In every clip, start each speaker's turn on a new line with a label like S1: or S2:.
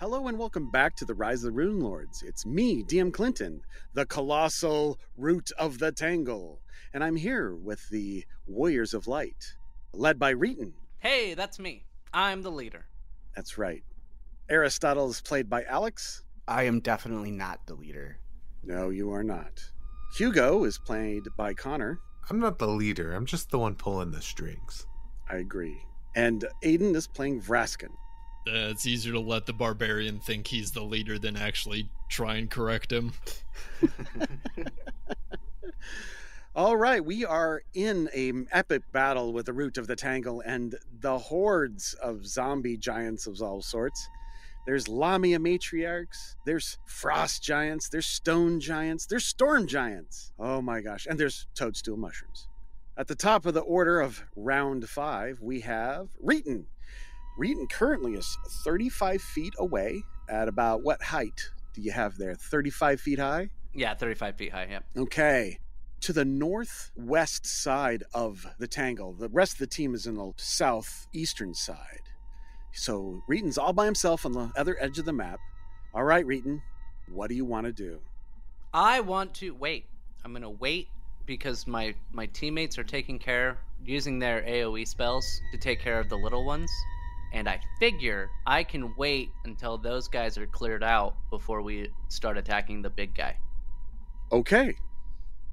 S1: Hello and welcome back to the Rise of the Rune Lords. It's me, DM Clinton, the colossal root of the tangle, and I'm here with the Warriors of Light, led by Reeton.
S2: Hey, that's me. I'm the leader.
S1: That's right. Aristotle is played by Alex.
S3: I am definitely not the leader.
S1: No, you are not. Hugo is played by Connor.
S4: I'm not the leader. I'm just the one pulling the strings.
S1: I agree. And Aiden is playing Vraskin.
S5: Uh, it's easier to let the barbarian think he's the leader than actually try and correct him.
S1: All right, we are in a epic battle with the root of the tangle and the hordes of zombie giants of all sorts. There's Lamia matriarchs, there's frost giants, there's stone giants, there's storm giants. Oh my gosh, and there's toadstool mushrooms. At the top of the order of round five, we have Reeton. Reeton currently is 35 feet away at about what height do you have there? 35 feet high?
S2: Yeah, 35 feet high. Yep.
S1: Okay. To the northwest side of the tangle. The rest of the team is in the southeastern side. So Reeton's all by himself on the other edge of the map. All right, Reeton, what do you want to do?
S2: I want to wait. I'm gonna wait because my my teammates are taking care using their AOE spells to take care of the little ones, and I figure I can wait until those guys are cleared out before we start attacking the big guy.
S1: Okay.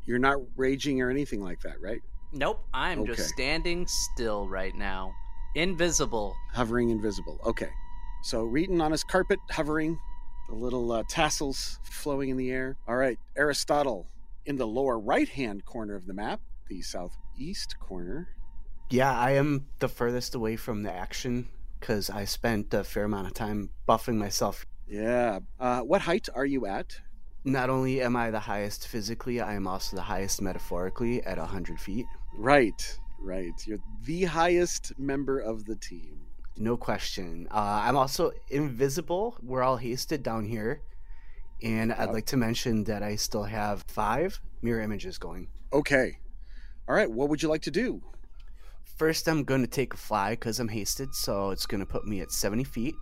S1: You're not raging or anything like that, right?
S2: Nope, I'm
S1: Okay.
S2: just standing still right now, invisible.
S1: hovering invisible. Okay. So Reeton on his carpet, hovering, the little uh, tassels flowing in the air. All right, Aristotle in the lower right hand corner of the map, the southeast corner.
S3: Yeah, I am the furthest away from the action because I spent a fair amount of time buffing myself.
S1: Yeah. Uh, what height are you at?
S3: Not only am I the highest physically, I am also the highest metaphorically at 100 feet.
S1: Right, right. You're the highest member of the team.
S3: No question. Uh, I'm also invisible. We're all hasted down here. And I'd
S1: Yep.
S3: like to mention that I still have five mirror images going.
S1: Okay. All right, what would you like to do?
S3: First, I'm going to take a fly because I'm hasted, so it's going to put me at 70 feet.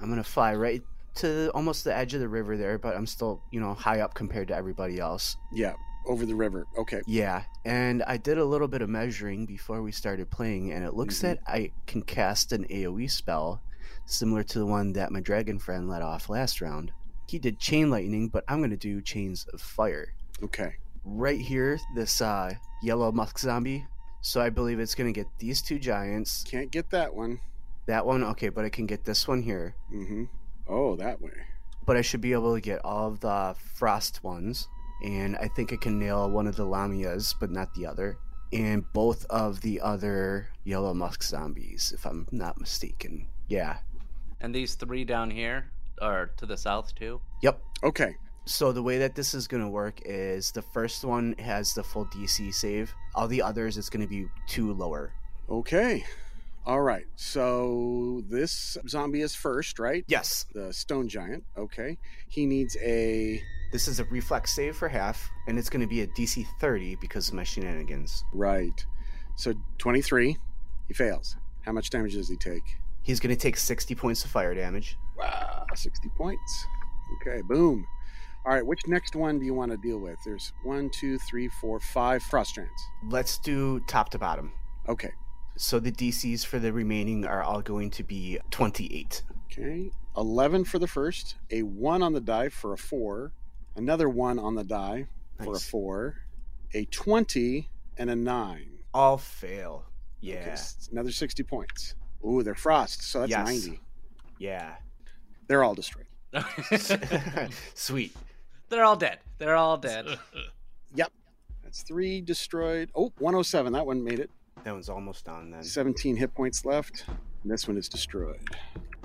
S3: I'm going to fly right to almost the edge of the river there, but I'm still, you know, high up compared to everybody else.
S1: Yeah, over the river. Okay.
S3: Yeah, and I did a little bit of measuring before we started playing, and it looks
S1: Mhm.
S3: that I can cast an AoE spell similar to the one that my dragon friend let off last round. He did chain lightning, but I'm going to do chains of fire
S1: Okay.
S3: right here, this uh, yellow musk zombie. So I believe it's going to get these two giants.
S1: Can't get that one.
S3: That one, okay, but I can get this one here.
S1: Mm hmm. Oh, that way.
S3: But I should be able to get all of the frost ones. And I think I can nail one of the lamias, but not the other. And both of the other yellow musk zombies, if I'm not mistaken. Yeah.
S2: And these three down here are to the south too.
S3: Yep.
S1: Okay.
S3: So the way that this is going to work is the first one has the full DC save. All the others, it's going to be two lower.
S1: Okay. All right. So this zombie is first, right?
S3: Yes.
S1: The stone giant. Okay. He needs a
S3: This is a reflex save for half, and it's going to be a DC 30 because of my shenanigans.
S1: right. So 23. He fails. How much damage does he take?
S3: He's going to take 60 points of fire damage.
S1: Ah, 60 points. Okay. Boom. All right. Which next one do you want to deal with? There's one, two, three, four, five frost giants.
S3: Let's do top to bottom.
S1: Okay.
S3: So the DCs for the remaining are all going to be 28.
S1: Okay. 11 for the first, a 1 on the die for a 4, another 1 on the die for a
S3: Nice.
S1: 4, a 20, and a 9.
S3: All fail. Yeah.
S1: Okay, s- another 60 points. Ooh, they're frost, so that's
S3: Yes.
S1: 90.
S3: Yeah.
S1: They're all destroyed.
S3: Sweet.
S2: They're all dead. They're all
S5: uh,
S2: dead.
S1: That's three destroyed. Oh, 107. That one made it.
S3: That one's almost done then.
S1: 17 hit points left. And this one is destroyed.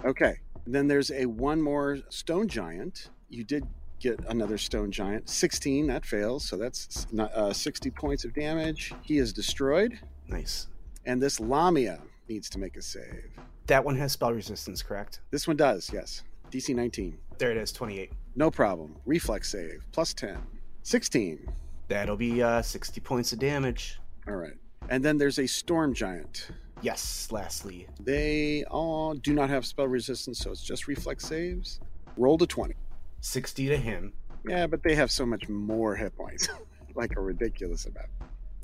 S1: Okay. And then there's a one more stone giant. You did get another stone giant. 16, that fails. So that's uh, 60 points of damage. He is destroyed.
S3: Nice.
S1: And this Lamia needs to make a save.
S3: That one has spell resistance, correct?
S1: This one does, yes. DC 19.
S3: There it is, 28.
S1: No problem. Reflex save, plus 10. 16.
S3: That'll be uh, 60 points of damage.
S1: All right. And then there's a storm giant.
S3: Yes, lastly.
S1: They all do not have spell resistance, so it's just reflex saves. Roll to 20.
S3: 60 to him.
S1: Yeah, but they have so much more hit points. like a ridiculous amount.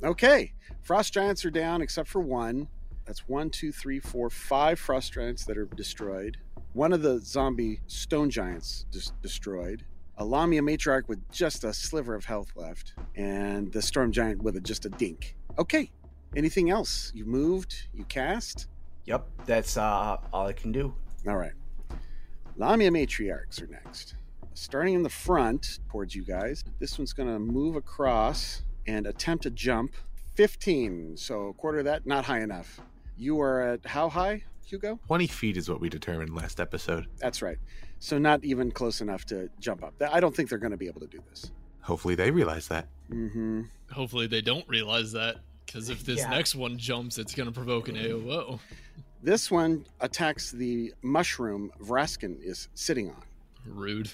S1: Okay. Frost giants are down except for one. That's one, two, three, four, five frost giants that are destroyed. One of the zombie stone giants dis- destroyed. A Lamia matriarch with just a sliver of health left. And the storm giant with a, just a dink. Okay. Anything else? You moved? You cast?
S3: Yep, that's uh, all I can do.
S1: All right. Lamia matriarchs are next. Starting in the front towards you guys, this one's going to move across and attempt a jump. 15. So, a quarter of that, not high enough. You are at how high, Hugo?
S4: 20 feet is what we determined last episode.
S1: That's right. So, not even close enough to jump up. I don't think they're going to be able to do this.
S4: Hopefully they realize that.
S1: hmm.
S5: Hopefully they don't realize that, because if this
S3: Yeah.
S5: next one jumps, it's gonna provoke an AOO.
S1: This one attacks the mushroom Vraskin is sitting on.
S5: Rude.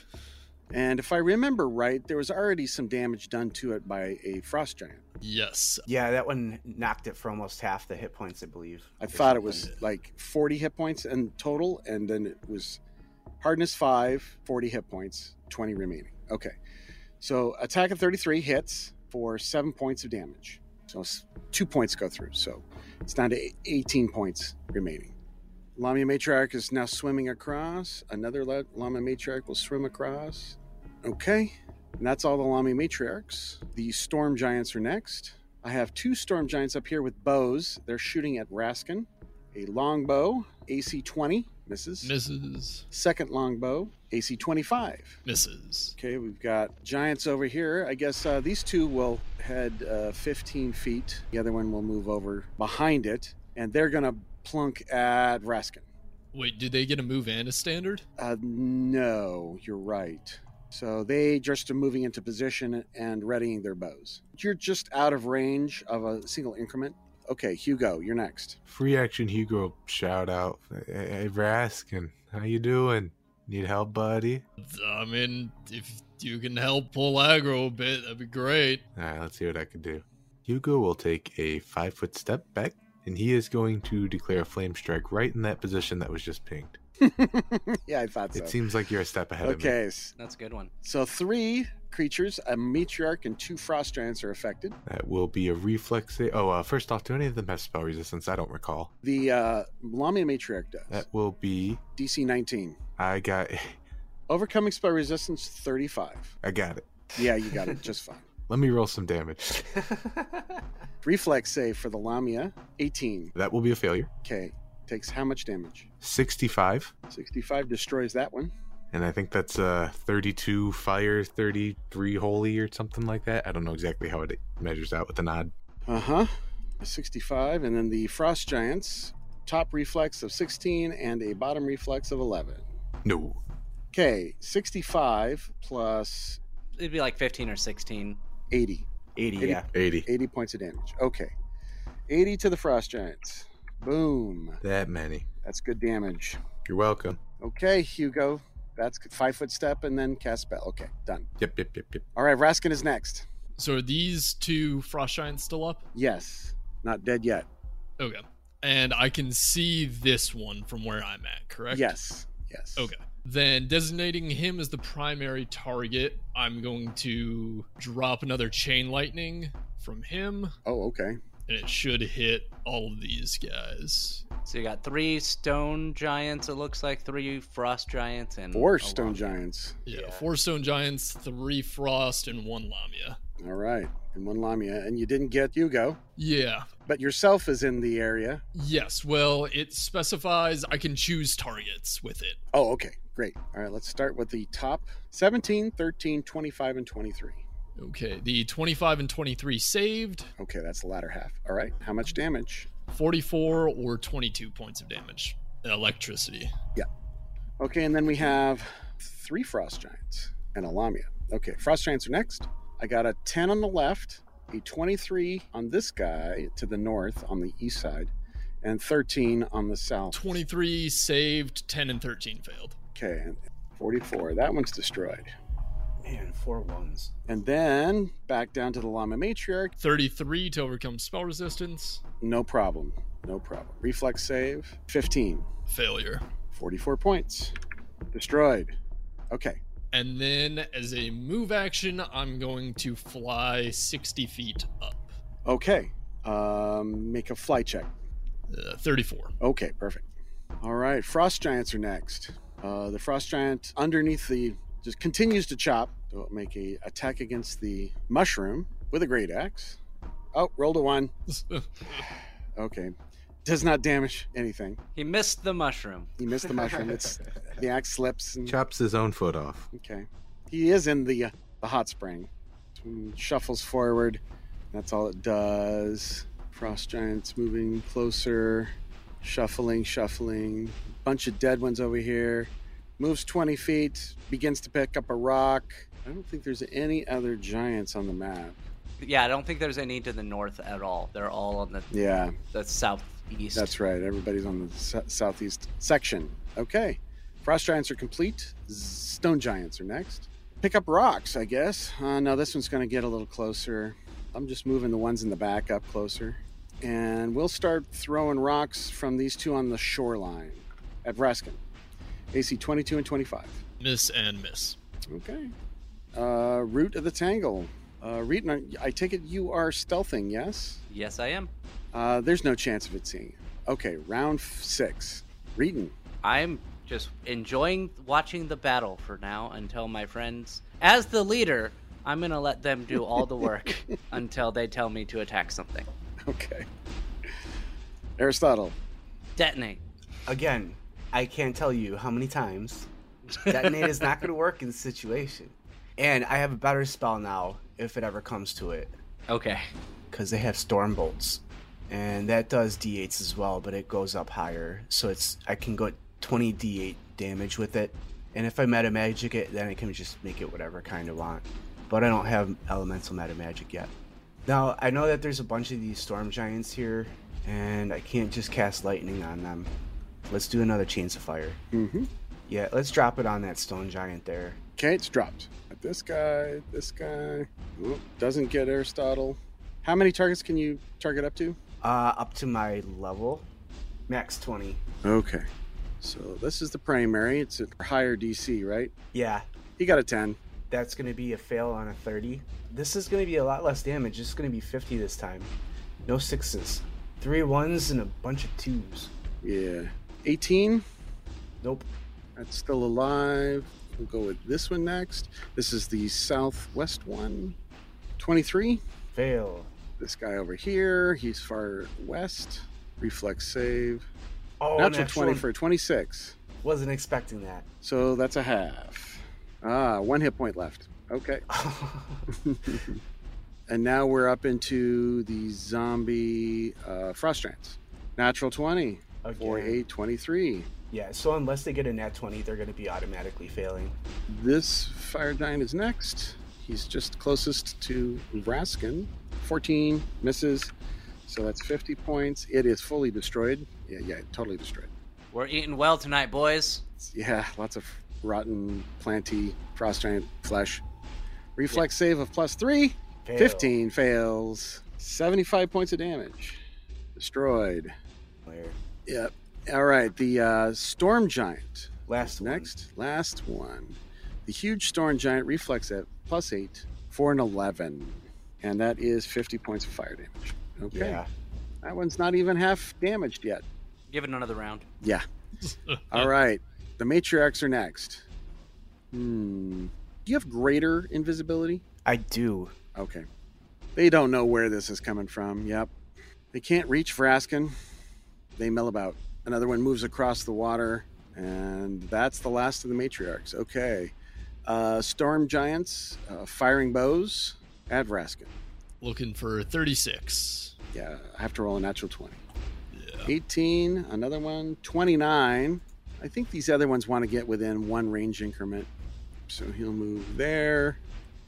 S1: And if I remember right, there was already some damage done to it by a frost giant.
S5: Yes.
S3: Yeah, that one knocked it for almost half the hit points, I believe.
S1: I
S3: Or
S1: thought it was
S3: something.
S1: like 40 hit points in total, and then it was hardness 5, 40 hit points, 20 remaining. Okay. So attack of 33 hits for 7 points of damage. So it's 2 points go through. So it's down to 18 points remaining. Lamia Matriarch is now swimming across. Another la- Llama Matriarch will swim across. Okay. And that's all the Lamia Matriarchs. The Storm Giants are next. I have two storm giants up here with bows. They're shooting at Raskin. A longbow, AC 20, misses.
S5: Misses.
S1: Second longbow, AC 25.
S5: Misses.
S1: Okay, we've got giants over here. I guess uh, these two will head uh, 15 feet. The other one will move over behind it, and they're going to plunk at Raskin.
S5: Wait, did they get a move and a standard?
S1: Uh, no, you're right. So they just are moving into position and readying their bows. You're just out of range of a single increment. Okay, Hugo, you're next.
S4: Free action Hugo shout out. Hey, Raskin, how you doing? Need help, buddy?
S5: I mean, if you can help pull aggro a bit, that'd be great.
S4: All right, let's see what I can do. Hugo will take a five foot step back, and he is going to declare a flame strike right in that position that was just pinged.
S1: yeah, I thought so.
S4: It seems like you're a step ahead of me.
S1: okay, s-
S2: That's a good one.
S1: so three creatures, a meteoric and two frost giants are affected.
S4: That will be a reflex. Sa- oh, uh, first off, do any of them have spell resistance? I don't recall.
S1: The uh, Lamia matriarch does.
S4: That will be.
S1: DC 19.
S4: I got.
S1: Overcoming spell resistance 35.
S4: I got it.
S1: Yeah, you got it just fine.
S4: Let me roll some damage.
S1: Reflex save for the Lamia 18.
S4: That will be a failure.
S1: Okay, takes how much damage?
S4: 65,
S1: 65 destroys that one.
S4: and I think that's uh 32 fire, 33 holy, or something like that. I don't know exactly how it measures out with an odd.
S1: Uh huh. 65. And then the frost giants, top reflex of 16 and a bottom reflex of 11.
S4: No,
S1: Okay, 65 plus
S2: It'd be like 15 or 16.
S1: 80.
S3: 80,
S1: Eighty-
S3: yeah.
S4: 80.
S1: 80 points of damage. Okay. 80 to the Frost Giants. Boom.
S4: That many.
S1: That's good damage.
S4: You're welcome.
S1: Okay, Hugo. That's good. five foot step and then cast spell. Okay, done.
S4: Yep, yep, yep, yep.
S1: All right, Raskin is next.
S5: So are these two frost giants still up?
S1: Yes. Not dead yet.
S5: Okay. And I can see this one from where I'm at, correct?
S1: Yes. Yes.
S5: Okay. Then designating him as the primary target, I'm going to drop another chain lightning from him,
S1: Oh, okay.
S5: and it should hit all of these guys.
S2: So you got three stone giants, it looks like, three frost giants,
S5: Mm,
S2: and.
S1: Four
S5: oh,
S2: a
S1: stone
S2: llama.
S1: giants.
S5: Yeah,
S3: Yeah.
S5: four stone giants, three frost, and one lamia.
S1: All right. And one Lamia. And you didn't get Hugo,
S5: Yeah.
S1: but yourself is in the area.
S5: Yes, well, it specifies I can choose targets with it.
S1: Oh, okay. Great. All right, let's start with the top 17, 13, 25, and 23.
S5: Okay, the 25 and 23 saved,
S1: Okay, that's the latter half. All right. How much damage?
S5: 44 or 22 points of damage. Electricity.
S1: Okay, and then we have three frost giants and a lamia. Okay, frost giants are next. I got a 10 on the left, a 23 on this guy to the north on the east side, and 13 on the south.
S5: 23 saved, 10 and 13 failed.
S1: Okay, and 44. That one's destroyed.
S3: Man, four ones.
S1: And then back down to the Llama Matriarch.
S5: 33 to overcome spell resistance,
S1: No problem. No problem. Reflex save 15.
S5: failure.
S1: 44 points. Destroyed. Okay.
S5: And then as a move action, I'm going to fly 60 feet up.
S1: Okay. Um, make a fly check.
S5: Uh, 34.
S1: Okay, perfect. All right, frost giants are next. Uh, the frost giant underneath the just continues to chop. So it'll make a attack against the mushroom with a great axe. Oh, rolled a one. Okay, does not damage anything.
S2: He missed the mushroom.
S1: He missed the mushroom. It's the axe slips. And,
S4: Chops his own foot off.
S1: okay, he is in the uh, the hot spring. Shuffles forward. That's all it does. Frost giants moving closer, shuffling, shuffling. Bunch of dead ones over here. Moves 20 feet, begins to pick up a rock. I don't think there's any other giants on the map.
S2: Yeah, I don't think there's any to the north at all. They're all on the,
S1: Yeah,
S2: the southeast.
S1: that's right. Everybody's on the s- southeast section. Okay. Frost giants are complete. Z- Stone giants are next. Pick up rocks, I guess. Uh, no, this one's going to get a little closer. I'm just moving the ones in the back up closer. And we'll start throwing rocks from these two on the shoreline at Raskin. AC 22 and 25.
S5: miss and miss.
S1: Okay. Uh, root of the Tangle. Uh, Reed, I take it you are stealthing, yes?
S2: Yes, I am.
S1: Uh, there's no chance of it seeing you. Okay, round f- six. Reading.
S2: I'm just enjoying watching the battle for now until my friends, as the leader, I'm going to let them do all the work until they tell me to attack something.
S1: Okay. Aristotle.
S2: Detonate.
S3: Again, I can't tell you how many times detonate is not going to work in this situation. And I have a better spell now if it ever comes to it,
S2: Okay.
S3: because they have storm bolts, and that does d8s as well, but it goes up higher, so it's I can go 20 d8 damage with it, and if I meta magic it, then I can just make it whatever kind I want. But I don't have elemental meta magic yet. Now I know that there's a bunch of these storm giants here, and I can't just cast lightning on them. Let's do another chains of fire.
S1: Mm-hmm.
S3: Yeah, let's drop it on that stone giant there.
S1: Okay, it's dropped. At This guy, this guy. Oop, doesn't get Aristotle. How many targets can you target up to?
S3: Uh, up to my level, max 20.
S1: Okay. So this is the primary. It's a higher DC, right?
S3: Yeah,
S1: He got a 10.
S3: That's going to be a fail on a 30. This is going to be a lot less damage. It's going to be 50 this time. No sixes. Three ones and a bunch of twos.
S1: Yeah. 18.
S3: Nope.
S1: That's still alive. We'll go with this one next. This is the southwest one. 23.
S3: Fail.
S1: this guy over here. He's far west. Reflex save.
S3: Oh,
S1: Natural
S3: natural
S1: 20 for a 26.
S3: Wasn't expecting that.
S1: So that's a half. Ah, one hit point left. Okay. and now we're up into the zombie uh, frost giants. Natural 20 for
S3: Again.
S1: a 23.
S3: Yeah, so unless they get a nat 20, they're going to be automatically failing.
S1: This fire giant is next. He's just closest to Raskin. 14 misses. So that's 50 points. It is fully destroyed. Yeah, yeah, totally destroyed.
S2: We're eating well tonight, boys.
S1: Yeah, lots of rotten, planty, frost giant flesh. Reflex save of plus three.
S3: Fail.
S1: 15 fails. 75 points of damage. Destroyed.
S3: Where?
S1: Yep. All right, the uh, storm giant.
S3: Last one.
S1: Next, last one. The huge storm giant reflex at plus eight for an 11. And that is 50 points of fire damage. Okay.
S3: Yeah.
S1: That one's not even half damaged yet.
S2: Give it another round.
S1: Yeah. All right. The matriarchs are next. Hmm. Do you have greater invisibility?
S3: I do.
S1: Okay. They don't know where this is coming from. Yep. They can't reach Vraskin. They mill about. Another one moves across the water, and that's the last of the matriarchs. Okay. Uh, storm giants uh, firing bows at Vraskin.
S5: Looking for 36.
S1: Yeah, I have to roll a natural 20.
S5: Yeah.
S1: 18, another one, 29. I think these other ones want to get within one range increment. So he'll move there.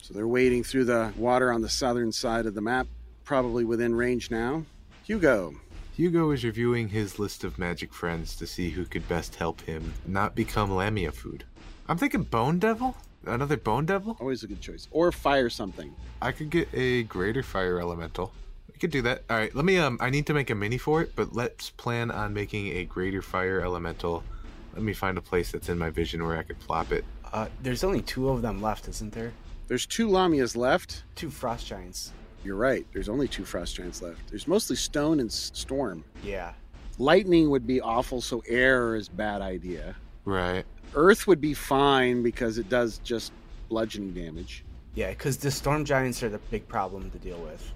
S1: So they're wading through the water on the southern side of the map, probably within range now. Hugo,
S4: Hugo is reviewing his list of magic friends to see who could best help him not become Lamia food. I'm thinking Bone Devil? Another Bone Devil?
S1: Always a good choice. Or fire something.
S4: I could get a greater fire elemental. We could do that. All right, let me. Um, I need to make a mini for it, but let's plan on making a greater fire elemental. Let me find a place that's in my vision where I could plop it.
S3: Uh, there's only two of them left, isn't there?
S1: There's two Lamias left.
S3: Two frost giants.
S1: You're right. There's only two frost giants left. There's mostly stone and s- storm.
S3: Yeah.
S1: Lightning would be awful, so air is bad idea.
S4: Right.
S1: Earth would be fine because it does just bludgeoning damage.
S3: Yeah, because the storm giants are the big problem to deal with.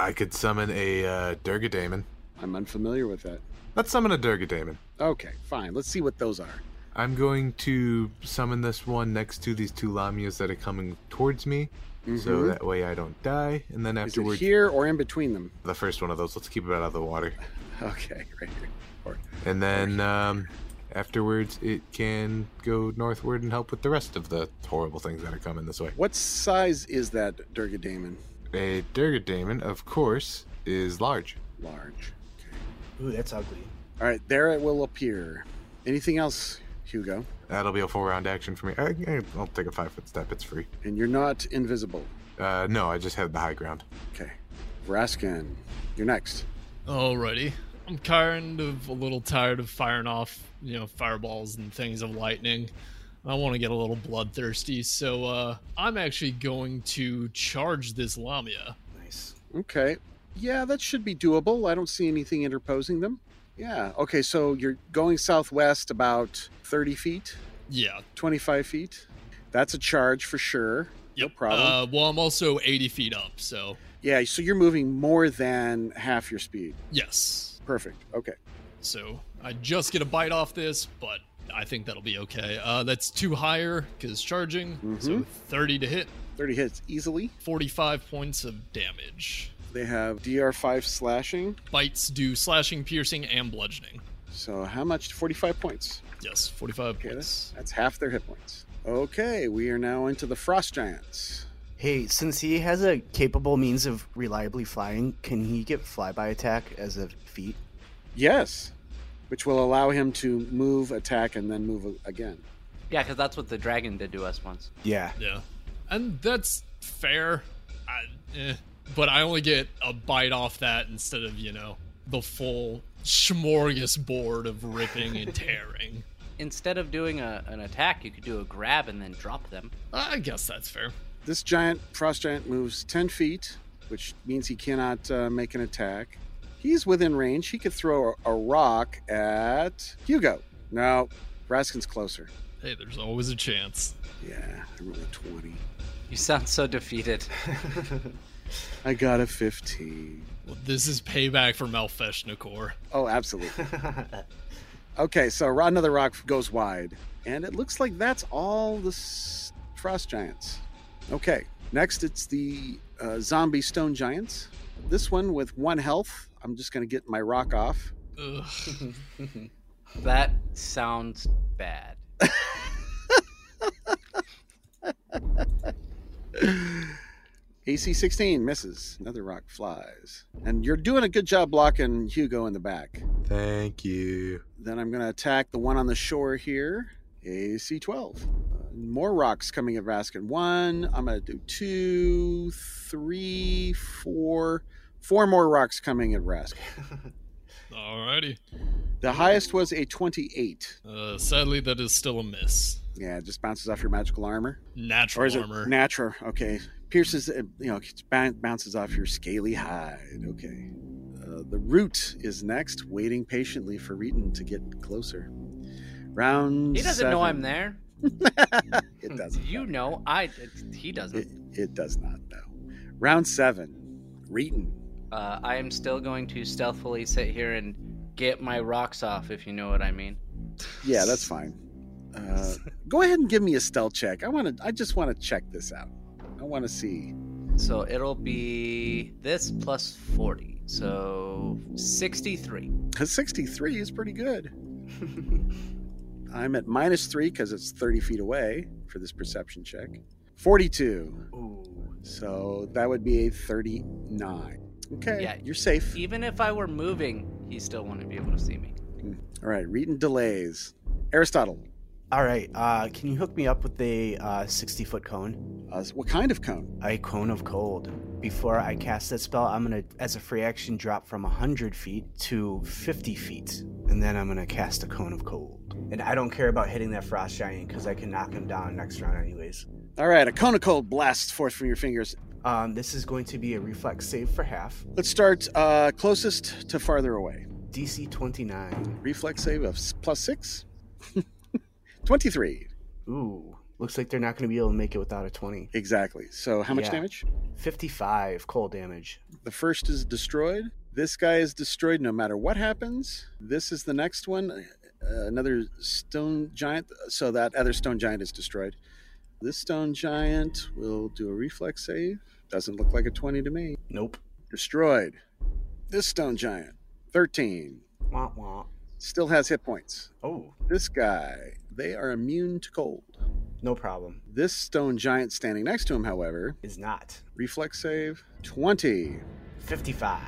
S4: I could summon a uh, Durgadamon.
S1: I'm unfamiliar with that.
S4: Let's summon a Durgadamon.
S1: Okay, fine. Let's see what those are.
S4: I'm going to summon this one next to these two Lamias that are coming towards me, so
S1: Mhm.
S4: that way I don't die. And then
S1: is it
S4: afterwards,
S1: here or in between them?
S4: the first one of those. Let's keep it out of the water.
S1: Okay, right here.
S4: And then um, afterwards, it can go northward and help with the rest of the horrible things that are coming this way.
S1: What size is that Durgadamon?
S4: A Durgadamon, of course, is large.
S1: Large. Okay.
S3: Ooh, that's ugly.
S1: All right, there it will appear. Anything else, Hugo?
S4: That'll be a full round action for me. I, I- I'll take a five foot step. It's free.
S1: And you're not invisible.
S4: Uh, no, I just had the high ground.
S1: Okay. Vraskin, you're next.
S5: Alrighty. I'm kind of a little tired of firing off, you know, fireballs and things of lightning. I want to get a little bloodthirsty, so uh, I'm actually going to charge this Lamia.
S3: Nice.
S1: Okay. Yeah, that should be doable. I don't see anything interposing them. Yeah. Okay, so you're going southwest about 30 feet,
S5: Yeah.
S1: 25 feet. That's a charge for sure. No
S5: Yep.
S1: problem.
S5: Uh, well, I'm also 80 feet up, so
S1: Yeah, so you're moving more than half your speed.
S5: yes.
S1: Perfect. Okay.
S5: So I just get a bite off this, but I think that'll be okay. Uh, that's two higher because charging. So
S1: Mhm.
S5: 30 to hit,
S1: 30 hits easily.
S5: 45 points of damage.
S1: They have DR5 slashing.
S5: Bites do slashing, piercing, and bludgeoning.
S1: So how much? 45 points.
S5: Yes, 45
S1: Okay,
S5: points.
S1: That's half their hit points. Okay, we are now into the Frost Giants.
S3: Hey, since he has a capable means of reliably flying, can he get flyby attack as a feat?
S1: Yes, which will allow him to move, attack, and then move a- again.
S2: Yeah, because that's what the dragon did to us once.
S3: Yeah.
S5: Yeah. And that's fair. I, eh. But I only get a bite off that instead of, you know, the full smorgasbord of ripping and tearing.
S2: Instead of doing a, an attack, you could do a grab and then drop them.
S5: I guess that's fair.
S1: This giant, Frost Giant, moves 10 feet, which means he cannot uh, make an attack. He's within range. He could throw a, a rock at Hugo. No, Raskin's closer.
S5: Hey, there's always a chance.
S1: Yeah, I rolled a 20.
S2: You sound so defeated.
S1: I got a 15.
S5: Well, this is payback for Malfeshnikor.
S1: Oh, absolutely. Okay, so ro- another rock goes wide, and it looks like that's all the s- frost giants. Okay, next it's the uh, zombie stone giants. This one with one health. I'm just going to get my rock off.
S5: Ugh.
S2: That sounds bad.
S1: AC 16 misses. Another rock flies. And you're doing a good job blocking Hugo in the back.
S4: Thank you.
S1: Then I'm going to attack the one on the shore here. AC 12. Uh, more rocks coming at Raskin. One. I'm going to do two, three, four. Four more rocks coming at Raskin.
S5: Alrighty.
S1: The highest was a 28.
S5: Uh, sadly, that is still a miss.
S1: Yeah, it just bounces off your magical armor.
S5: Natural
S1: Or is
S5: armor.
S1: it natural? Okay. Pierces, uh, you know, it boun- bounces off your scaly hide. Okay. Uh, the root is next, waiting patiently for Reeton to get closer. Round
S2: He doesn't know I'm there.
S1: there. it doesn't.
S2: You know, I. He doesn't.
S1: It, it does not know. Round seven, Reeton.
S2: Uh, I am still going to stealthily sit here and get my rocks off, if you know what I mean.
S1: Yeah, that's fine. Uh, go ahead and give me a stealth check. I want to. I just want to check this out. I want to see.
S2: So it'll be this plus 40. So 63.
S1: 63 is pretty good. I'm at minus three because it's 30 feet away for this perception check. 42.
S3: Ooh.
S1: So that would be a 39. Okay,
S2: Yeah.
S1: you're safe.
S2: Even if I were moving, he still wouldn't be able to see me.
S1: All right, reading delays. Aristotle,
S3: All right. Uh, can you hook me up with a uh, 60 foot cone?
S1: uh, what kind of cone?
S3: A cone of cold. Before I cast that spell, I'm going to, as a free action, drop from 100 feet to 50 feet. And then I'm going to cast a cone of cold. And I don't care about hitting that frost giant because I can knock him down next round, anyways.
S1: All right, a cone of cold blasts forth from your fingers.
S3: Um, this is going to be a reflex save for half.
S1: Let's start uh, closest to farther away.
S3: DC 29.
S1: Reflex save of s- plus six. 23.
S3: Ooh. Looks like they're not going to be able to make it without a 20.
S1: Exactly. So, how much
S3: Yeah.
S1: damage?
S3: 55 cold damage.
S1: The first is destroyed. This guy is destroyed no matter what happens. This is the next one. Uh, another stone giant. So that other stone giant is destroyed. This stone giant will do a reflex save. Doesn't look like a 20 to me.
S3: Nope.
S1: Destroyed. This stone giant, 13.
S3: Wah, wah.
S1: Still has hit points.
S3: Oh,
S1: This guy, they are immune to cold.
S3: no problem.
S1: This stone giant standing next to him, however,
S3: Is not.
S1: reflex save, 20.
S3: 55.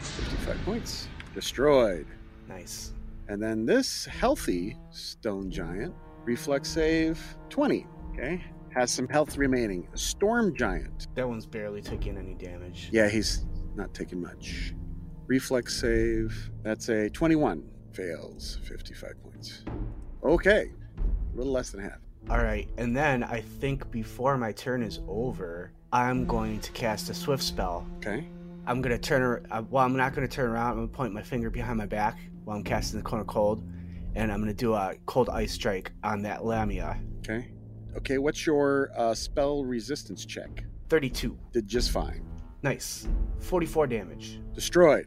S1: 55 points. Destroyed.
S3: Nice.
S1: And then this healthy stone giant, reflex save 20. Okay. Has some health remaining. Storm giant.
S3: That one's barely taking any damage.
S1: Yeah, he's not taking much. Reflex save. That's a 21. Fails 55 points. Okay. A little less than half.
S3: All right, and then I think before my turn is over, I'm going to cast a swift spell.
S1: Okay.
S3: I'm gonna turn. ar- uh, Well, I'm not gonna turn around. I'm gonna point my finger behind my back while I'm casting the cone of cold, and I'm gonna do a cold ice strike on that Lamia.
S1: Okay. Okay. What's your uh, spell resistance check?
S3: 32.
S1: Did just fine.
S3: Nice. 44 damage.
S1: Destroyed.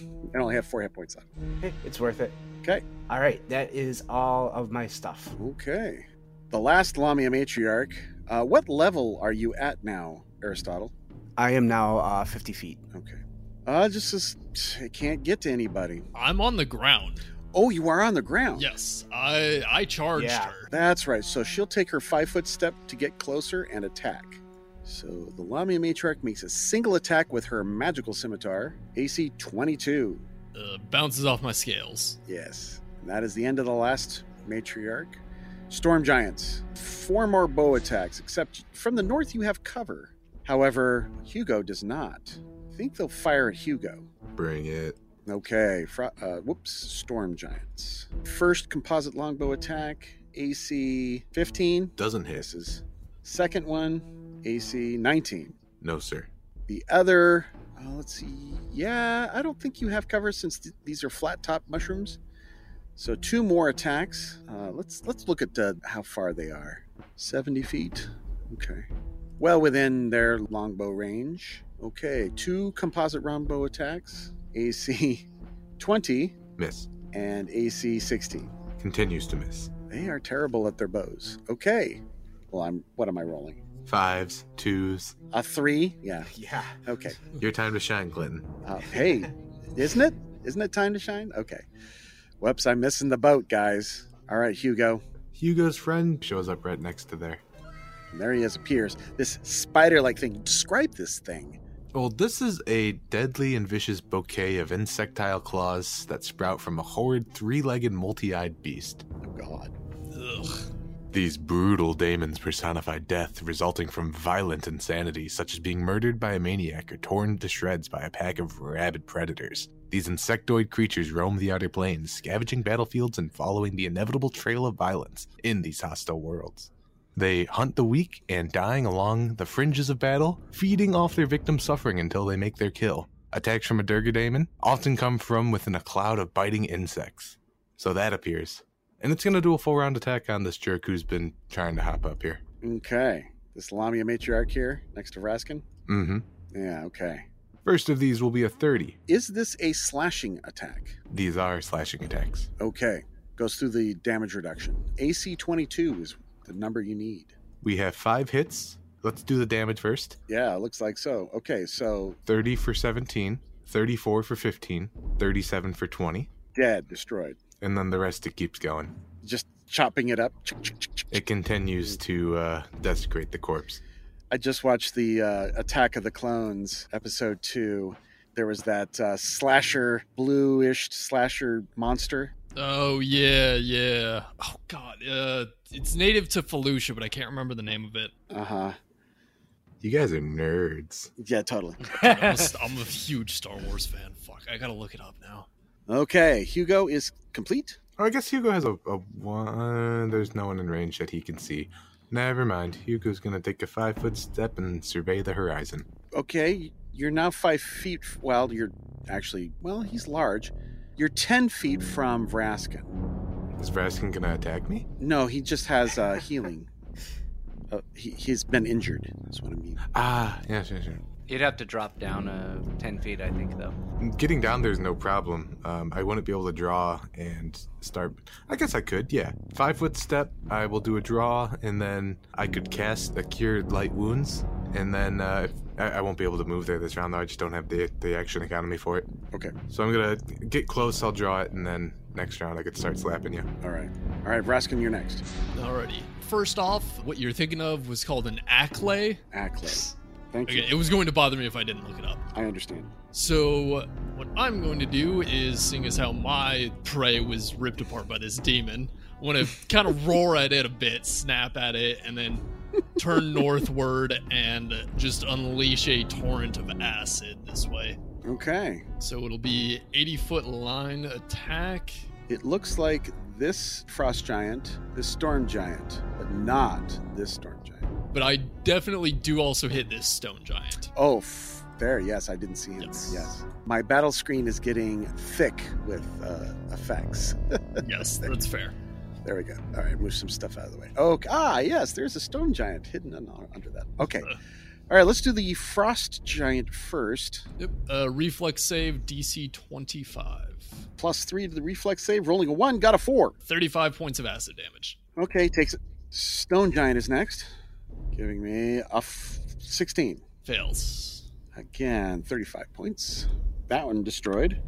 S1: I only have four hit points left.
S3: Hey, it's worth it.
S1: Okay.
S3: All right, that is all of my stuff.
S1: Okay. The last Lamia matriarch. Uh, what level are you at now, Aristotle?
S3: I am now uh, 50 feet.
S1: Okay. Uh, just as it can't get to anybody.
S5: I'm on the ground.
S1: Oh, you are on the ground.
S5: Yes, I I charged
S3: Yeah.
S5: her.
S1: That's right. So she'll take her five foot step to get closer and attack. So the Lamia matriarch makes a single attack with her magical scimitar, AC 22.
S5: Uh, bounces off my scales.
S1: Yes. And that is the end of the last matriarch. Storm Giants. Four more bow attacks, except from the north you have cover. However, Hugo does not. I think they'll fire at Hugo.
S4: Bring it.
S1: Okay. Fro- uh, whoops. Storm Giants. First composite longbow attack, AC 15.
S4: Doesn't hit.
S1: Misses. Second one, AC 19.
S4: No, sir.
S1: The other, uh, let's see. Yeah, I don't think you have cover since th- these are flat top mushrooms. So two more attacks. Uh, let's let's look at uh, how far they are. Seventy feet. Okay. Well within their longbow range. Okay. Two composite rombo attacks. AC twenty
S4: Miss.
S1: and AC sixteen.
S4: Continues to miss.
S1: They are terrible at their bows. Okay. Well, I'm. What am I rolling?
S4: Fives, twos.
S1: A three. Yeah.
S3: Yeah.
S1: Okay.
S4: Your time to shine, Clinton.
S1: Uh, hey, isn't it? Isn't it time to shine? Okay. Whoops, I'm missing the boat, guys. All right, Hugo.
S4: Hugo's friend shows up right next to there.
S1: And there he is, appears. This spider like thing. Describe this thing.
S4: Well, this is a deadly and vicious bouquet of insectile claws that sprout from a horrid three legged multi eyed beast.
S1: Oh, God.
S5: Ugh.
S4: These brutal daemons personify death resulting from violent insanity, such as being murdered by a maniac or torn to shreds by a pack of rabid predators. These insectoid creatures roam the outer plains, scavenging battlefields and following the inevitable trail of violence in these hostile worlds. They hunt the weak and dying along the fringes of battle, feeding off their victims' suffering until they make their kill. Attacks from a Durga daemon often come from within a cloud of biting insects. So that appears. And it's going to do a full round attack on this jerk who's been trying to hop up here.
S1: Okay. This Lamia matriarch here next to Raskin.
S4: Mm hmm.
S1: Yeah, okay.
S4: First of these will be a 30.
S1: Is this a slashing attack?
S4: These are slashing attacks.
S1: Okay. Goes through the damage reduction. AC 22 is the number you need.
S4: We have five hits. Let's do the damage first
S1: Yeah, looks like so. Okay, so
S4: 30 for 17, 34 for 15, 37 for 20,
S1: dead, destroyed.
S4: and then the rest it keeps going.
S1: Just chopping it up. Chick, chick, chick, chick,
S4: It continues to uh, desecrate the corpse.
S1: I just watched the uh, Attack of the Clones episode two, There was that uh, slasher, bluish slasher monster.
S5: Oh yeah, yeah. Oh god, uh, it's native to Felucia, but I can't remember the name of it.
S1: Uh huh.
S4: You guys are nerds.
S1: Yeah, totally.
S5: Dude, I'm, a, st- I'm a huge Star Wars fan. Fuck, I gotta look it up now.
S1: Okay, Hugo is complete.
S4: Oh, I guess Hugo has a, a one. There's no one in range that he can see. Never mind. Hugo's gonna take a five foot step and survey the horizon.
S1: Okay, you're now five feet. Well, you're actually, well, he's large. You're 10 feet from Vraskin.
S4: Is Vraskin gonna attack me?
S1: No, he just has uh, healing. Uh, he, he's been injured. That's what I mean.
S4: Ah, yeah, sure, sure.
S2: You'd have to drop down uh, 10 feet, I think, though.
S4: Getting down there's no problem. Um, I wouldn't be able to draw and start. I guess I could, yeah. Five foot step, I will do a draw, and then I could cast a cure light wounds. And then uh, if- I, I won't be able to move there this round, though. I just don't have the, the action economy for it.
S1: Okay.
S4: So I'm gonna get close, I'll draw it, and then next round I could start slapping you.
S1: All right. All right, Vraskin, you're next.
S5: Alrighty. First off, what you're thinking of was called an aclay.
S1: Acklay. Thank
S5: Again,
S1: you.
S5: it was going to bother me if I didn't look it up.
S1: I understand.
S5: So, what I'm going to do is, seeing as how my prey was ripped apart by this demon, I'm going to kind of roar at it a bit, snap at it, and then turn northward and just unleash a torrent of acid this way.
S1: Okay.
S5: So, it'll be 80 foot line attack.
S1: It looks like this frost giant, this storm giant, but not this storm giant.
S5: But I definitely do also hit this stone giant.
S1: Oh, f- there. Yes, I didn't see him.
S5: Yes.
S1: yes. My battle screen is getting thick with uh, effects.
S5: Yes, that's fair.
S1: There we go. All right, move some stuff out of the way. Oh, ah, yes, there's a stone giant hidden un- under that. Okay. All right, let's do the frost giant first.
S5: Yep. Uh, reflex save DC 25.
S1: Plus three to the reflex save, rolling a one, got a four.
S5: 35 points of acid damage.
S1: Okay, takes it. Stone giant is next, giving me a f- 16.
S5: Fails.
S1: Again, 35 points. That one destroyed.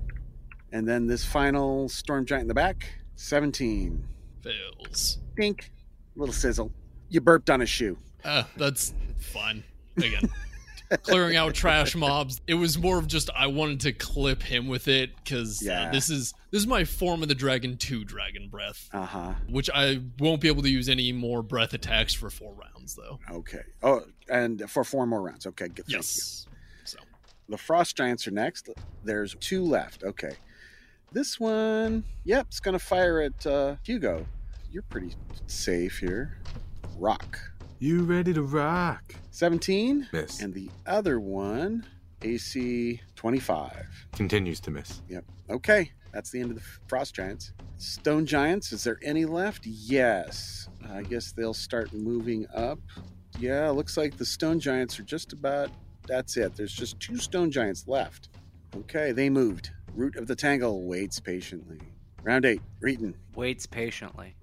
S1: And then this final storm giant in the back, 17.
S5: Fails.
S1: Dink. Little sizzle. You burped on a shoe.
S5: Ah, that's fun. Again, clearing out trash mobs. It was more of just I wanted to clip him with it because
S1: Yeah.
S5: this is this is my form of the dragon two dragon breath,
S1: Uh huh.
S5: which I won't be able to use any more breath attacks for four rounds though.
S1: Okay. Oh, and for four more rounds. Okay. Good. thank you.
S5: Yes. So
S1: The frost giants are next. There's two left. Okay. This one, yep, it's gonna fire at uh, Hugo. You're pretty safe here. Rock.
S4: You ready to rock?
S1: 17.
S4: Miss.
S1: And the other one, AC 25.
S4: Continues to miss.
S1: Okay, that's the end of the frost giants. Stone giants, is there any left? Yes. I guess they'll start moving up. Yeah, looks like the stone giants are just about that's it. There's just two stone giants left. Okay, they moved. Root of the Tangle waits patiently. Round eight, Reeton.
S2: Waits patiently.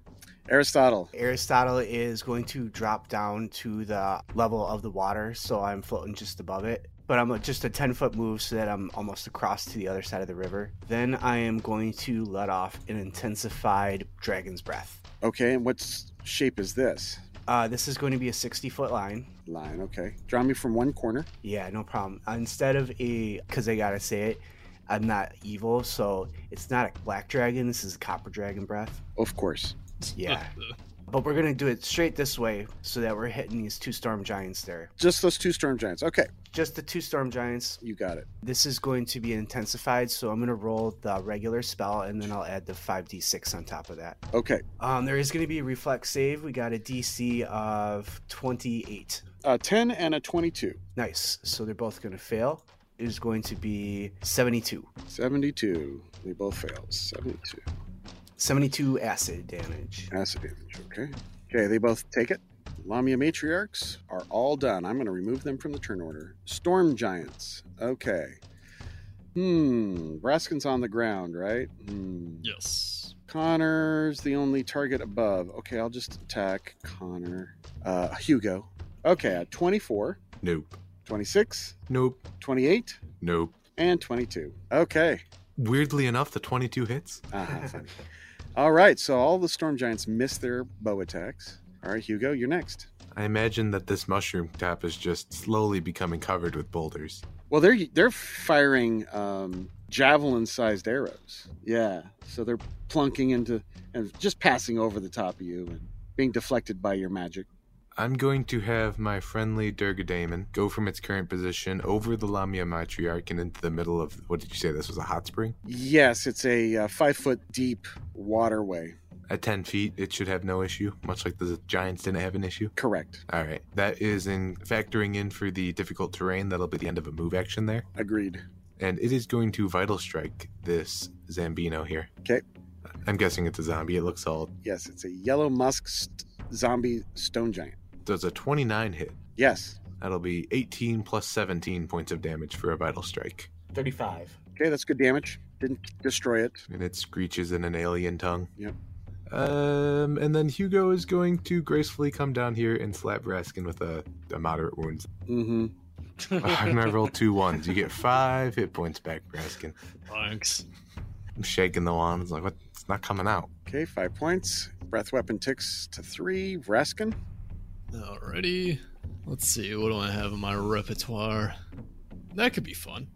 S1: Aristotle.
S3: Aristotle is going to drop down to the level of the water, so I'm floating just above it. But I'm just a 10 foot move so that I'm almost across to the other side of the river. Then I am going to let off an intensified dragon's breath.
S1: Okay, and what s- shape is this?
S3: Uh, this is going to be a 60 foot line.
S1: Line, okay. Draw me from one corner.
S3: Yeah, no problem. Instead of a, because I gotta say it, I'm not evil, so it's not a black dragon. This is a copper dragon breath.
S1: Of course.
S3: Yeah.
S5: uh,
S3: But we're gonna do it straight this way so that we're hitting these two storm giants there.
S1: Just those two storm giants. Okay,
S3: Just the two storm giants.
S1: you got it.
S3: This is going to be intensified, so I'm gonna roll the regular spell and then I'll add the 5d6 on top of that.
S1: Okay.
S3: Um, there is gonna be a reflex save. We got a DC of 28.
S1: A 10 and a 22.
S3: Nice. So they're both gonna fail. It is going to be 72.
S1: 72. They both fail. 72.
S3: 72 acid damage.
S1: Acid damage. Okay. Okay, they both take it. Lamia matriarchs are all done. I'm going to remove them from the turn order. Storm giants. Okay. Hmm. Braskin's on the ground, right? Hmm.
S5: yes.
S1: Connor's the only target above. Okay, I'll just attack Connor. Uh, Hugo. Okay, at 24,
S4: Nope.
S1: 26,
S4: Nope.
S1: 28,
S4: Nope.
S1: and 22. Okay.
S4: Weirdly enough, the 22 hits.
S1: Uh-huh. Ah, funny. All right, so all the storm giants miss their bow attacks. All right, Hugo, you're next.
S4: I imagine that this mushroom cap is just slowly becoming covered with boulders.
S1: Well, they're they're firing um, javelin-sized arrows. Yeah, so they're plunking into and just passing over the top of you and being deflected by your magic.
S4: I'm going to have my friendly Durgadamon go from its current position over the Lamia Matriarch and into the middle of what did you say? This was a hot spring?
S1: Yes, it's a uh, five-foot deep waterway.
S4: At 10 feet, it should have no issue, much like the Giants didn't have an issue.
S1: Correct.
S4: All right. That is in factoring in for the difficult terrain. That'll be the end of a move action there.
S1: Agreed.
S4: And it is going to Vital Strike this Zambino here.
S1: 'Kay.
S4: I'm guessing it's a zombie. It looks all.
S1: Yes, it's a yellow musk st- zombie stone giant.
S4: Does a 29 hit.
S1: Yes.
S4: That'll be 18 plus 17 points of damage for a Vital Strike.
S6: 35.
S1: Okay, that's good damage. Didn't destroy it.
S4: And it screeches in an alien tongue.
S1: Yep.
S4: Um, and then Hugo is going to gracefully come down here and slap Raskin with a, a moderate wound.
S1: Mm-hmm.
S4: I'm gonna roll two ones. You get five hit points back, Raskin.
S5: Thanks.
S4: I'm shaking the wand. It's like, what? It's not coming out.
S1: Okay, five points. Breath weapon ticks to three. Raskin.
S5: Alrighty. Let's see, what do I have in my repertoire? That could be fun.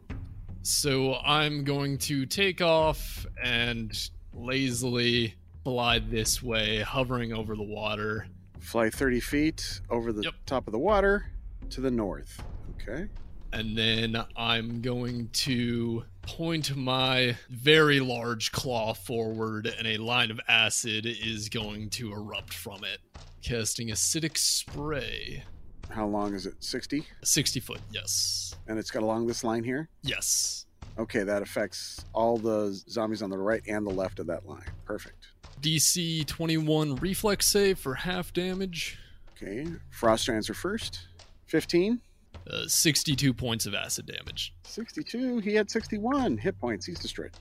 S5: So I'm going to take off and lazily glide this way, hovering over the water.
S1: Fly 30 feet over the
S5: Yep.
S1: top of the water to the north. Okay.
S5: And then I'm going to point my very large claw forward, and a line of acid is going to erupt from it, casting acidic spray.
S1: How long is it? 60?
S5: 60 foot, yes.
S1: And it's got along this line here?
S5: Yes.
S1: Okay, that affects all the zombies on the right and the left of that line. Perfect.
S5: DC 21 reflex save for half damage.
S1: Okay, frost strands are first. 15,
S5: Uh, 62 points of acid damage.
S1: 62. He had 61 hit points. He's destroyed.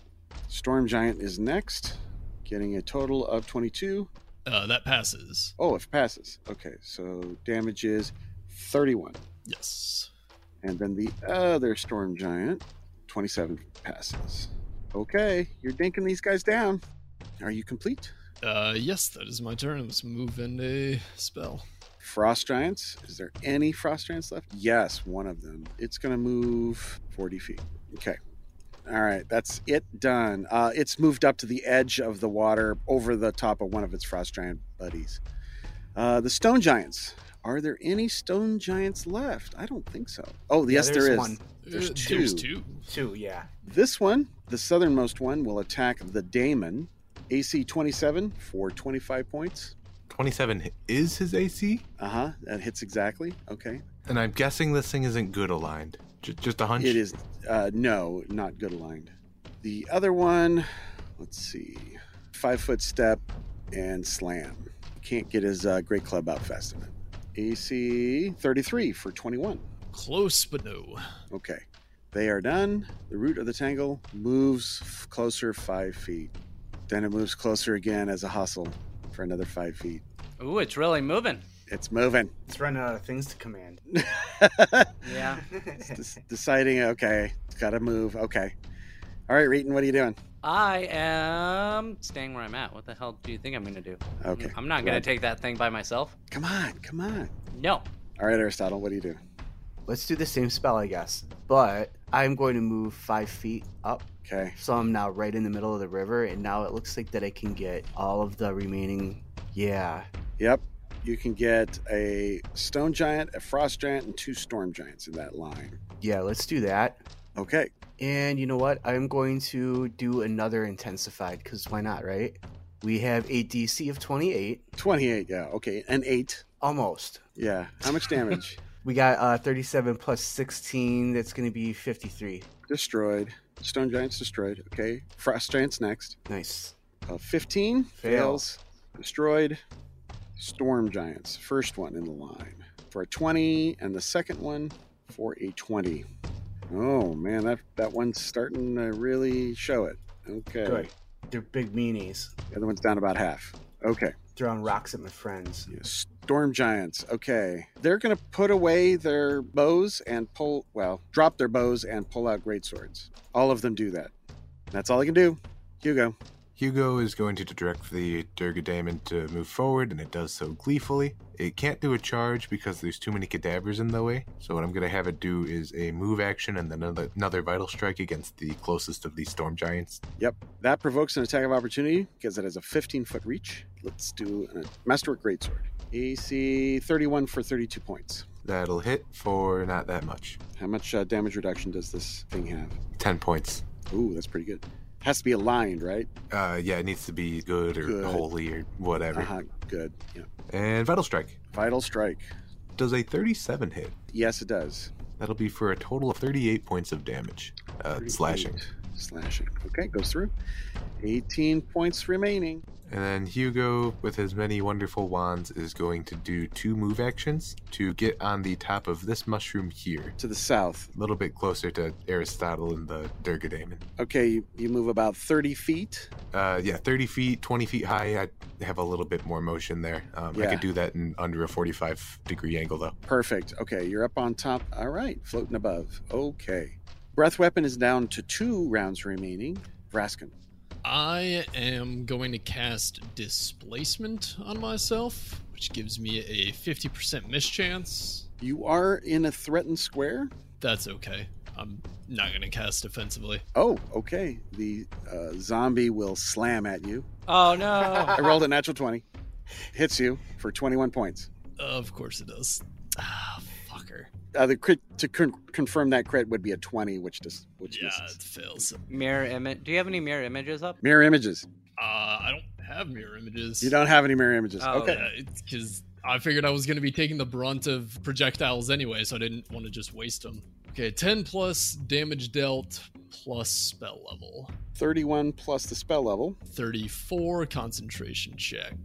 S1: Storm Giant is next, getting a total of 22.
S5: Uh, that passes.
S1: Oh, if passes. Okay, so damage is 31.
S5: Yes.
S1: And then the other Storm Giant, 27 passes. Okay, you're dinking these guys down. Are you complete?
S5: Uh, yes, that is my turn. Let's move and a spell.
S1: Frost Giants. Is there any Frost Giants left? Yes, one of them. It's going to move 40 feet. Okay. All right. That's it done. Uh, it's moved up to the edge of the water over the top of one of its Frost Giant buddies. Uh, the Stone Giants. Are there any Stone Giants left? I don't think so. Oh, yes, there
S6: there's
S1: is.
S6: one. There's
S5: Uh,
S6: two.
S5: There's two.
S6: Two, yeah.
S1: This one, the southernmost one, will attack the Daemon. AC 27 for 25 points.
S4: 27 is his AC,
S1: Uh huh. That hits exactly. Okay.
S4: and I'm guessing this thing isn't good aligned. J- just a hunch.
S1: It is uh, no, not good aligned. The other one, let's see, five foot step and slam. Can't get his uh, great club out fast enough. AC 33 for 21.
S5: Close, but no.
S1: Okay, they are done. The root of the tangle moves f- closer five feet. Then it moves closer again as a hustle for another five feet.
S2: Ooh, it's really moving.
S1: It's moving.
S6: It's running out of things to command.
S2: Yeah.
S1: Des- deciding, okay, it's got to move. Okay. All right, Reeton, what are you doing?
S2: I am staying where I'm at. What the hell do you think I'm going to do?
S1: Okay.
S2: I'm not going to take that thing by myself.
S1: Come on, come on.
S2: No.
S1: All right, Aristotle, what do you do?
S3: Let's do the same spell, I guess. But I'm going to move five feet up.
S1: Okay.
S3: So I'm now right in the middle of the river, and now it looks like that I can get all of the remaining. Yeah.
S1: Yep. You can get a stone giant, a frost giant, and two storm giants in that line.
S3: Yeah, let's do that.
S1: Okay.
S3: And you know what? I'm going to do another intensified because why not, right? We have a DC of 28,
S1: 28. Yeah. Okay. And eight.
S3: almost.
S1: Yeah. How much damage?
S3: We got uh, 37 plus 16. That's going to be 53.
S1: destroyed. Stone giant's destroyed. Okay. Frost giant's next.
S3: Nice.
S1: Uh, 15 fails. Destroyed. Storm giants. First one in the line for a 20, and the second one for a 20. Oh, man. That, that one's starting to really show it. Okay.
S6: Good. They're big meanies.
S1: The other one's down about half. Okay.
S6: Throwing rocks at my friends.
S1: Yeah, Storm giants. Okay. They're going to put away their bows and pull, well, drop their bows and pull out great swords. All of them do that. That's all I can do. Hugo.
S4: Hugo is going to direct the Durgadamon to move forward, and it does so gleefully. It can't do a charge because there's too many cadavers in the way, so what I'm going to have it do is a move action and then another, another vital strike against the closest of these storm giants.
S1: Yep. That provokes an attack of opportunity because it has a 15 foot reach. Let's do a Masterwork Greatsword. AC 31 for 32 points.
S4: That'll hit for not that much
S1: How much uh, damage reduction does this thing have?
S4: 10 points.
S1: Ooh, that's pretty good. Has to be aligned, right?
S4: Uh, yeah, it needs to be good or
S1: Good.
S4: holy or whatever.
S1: Uh huh. Good. Yeah.
S4: And Vital Strike
S1: Vital Strike.
S4: does a 37 hit.
S1: Yes, it does.
S4: That'll be for a total of 38 points of damage. Uh,
S1: 38.
S4: slashing.
S1: Slashing. Okay, goes through. 18 points remaining.
S4: And then Hugo, with his many wonderful wands, is going to do two move actions to get on the top of this mushroom here,
S1: To the south.
S4: a little bit closer to Aristotle and the Durgadamon.
S1: Okay, you- you move about 30 feet.
S4: Uh, yeah, 30 feet, 20 feet high. I have a little bit more motion there. Um, I
S1: Yeah.
S4: could do that in under a 45 degree angle, though.
S1: Perfect. Okay, you're up on top. All right, floating above. Okay. Breath weapon is down to two rounds remaining. Vraskin.
S5: I am going to cast Displacement on myself, which gives me a 50% mischance.
S1: You are in a threatened square.
S5: That's okay. I'm not going to cast defensively.
S1: Oh, okay. The uh, zombie will slam at you.
S2: Oh no!
S1: I rolled a natural 20. Hits you for 21 points.
S5: Of course it does. Ah, fucker.
S1: Uh, the crit, to con- confirm that crit would be a 20, which does which
S5: Yeah,
S1: misses.
S5: it fails. Uh,
S2: mirror image. Do you have any mirror images up?
S1: Mirror images.
S5: I don't have mirror images.
S1: You don't have any mirror images.
S2: Oh,
S1: okay.
S5: Because I figured I was going to be taking the brunt of projectiles anyway, so I didn't want to just waste them. Okay, 10 plus damage dealt plus spell level.
S1: 31 plus the spell level.
S5: 34 concentration check.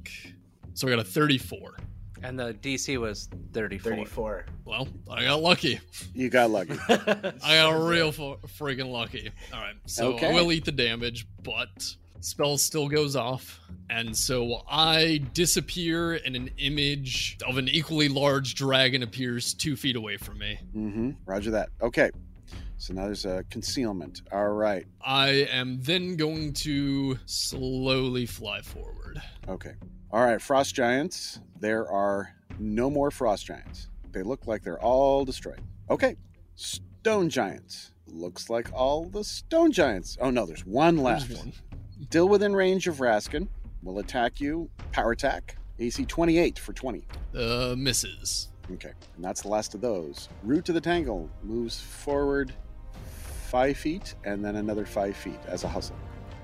S5: So I got a 34.
S2: And the DC was 34.
S6: 34.
S5: Well, I got lucky.
S1: You got lucky.
S5: I got real fu- friggin' lucky. All right, so
S1: Okay.
S5: I will eat the damage, but spell still goes off, and so I disappear, and an image of an equally large dragon appears two feet away from me.
S1: mm-hmm. Roger that. Okay. So now there's a concealment. All right.
S5: I am then going to slowly fly forward.
S1: Okay. All right. Frost giants. There are no more frost giants. They look like they're all destroyed. Okay. Stone giants. Looks like all the stone giants. Oh no, there's one
S5: There's
S1: left.
S5: one.
S1: Still within range of Raskin. Will attack you. Power attack. AC 28 for 20.
S5: Uh, misses.
S1: Okay. And that's the last of those. Root to the Tangle moves forward five feet and then another five feet as a hustle.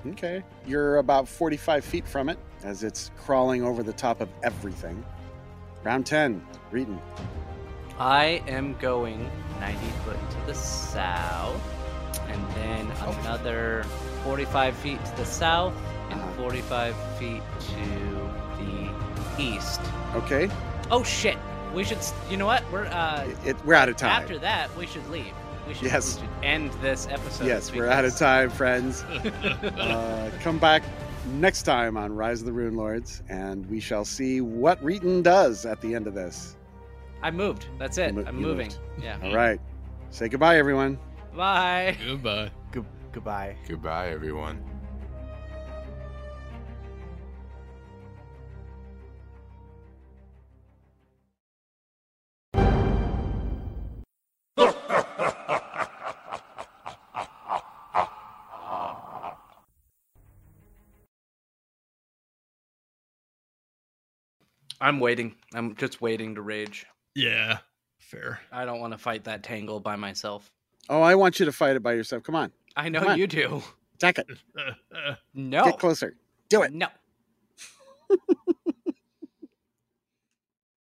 S1: Okay. You're about 45 feet from it as it's crawling over the top of everything. Round 10, Reeton.
S2: I am going 90 foot to the south, and then
S1: Oh.
S2: another 45 feet to the south, and
S1: Uh-huh.
S2: 45 feet to the east.
S1: Okay.
S2: Oh shit! We should. s- You know what? We're uh.
S1: It, it- we're out of time.
S2: After that, we should leave. We should,
S1: Yes.
S2: we should end this episode.
S1: yes, we're out of
S2: because-
S1: time, friends. uh, come back next time on Rise of the Rune Lords, and we shall see what Reeton does at the end of this.
S2: I moved. That's it.
S1: You mo-
S2: I'm
S1: you
S2: moving.
S1: moved.
S2: Yeah.
S1: All right. Say goodbye, everyone.
S2: Bye.
S5: Goodbye.
S6: Good, goodbye.
S4: Goodbye, everyone.
S2: I'm waiting. I'm just waiting to rage.
S5: Yeah, fair.
S2: I don't want to fight that tangle by myself.
S1: Oh, I want you to fight it by yourself. Come on.
S2: I know
S1: Come on.
S2: you do.
S1: Attack it.
S5: Uh, uh.
S2: No.
S1: Get closer. Do it.
S2: No.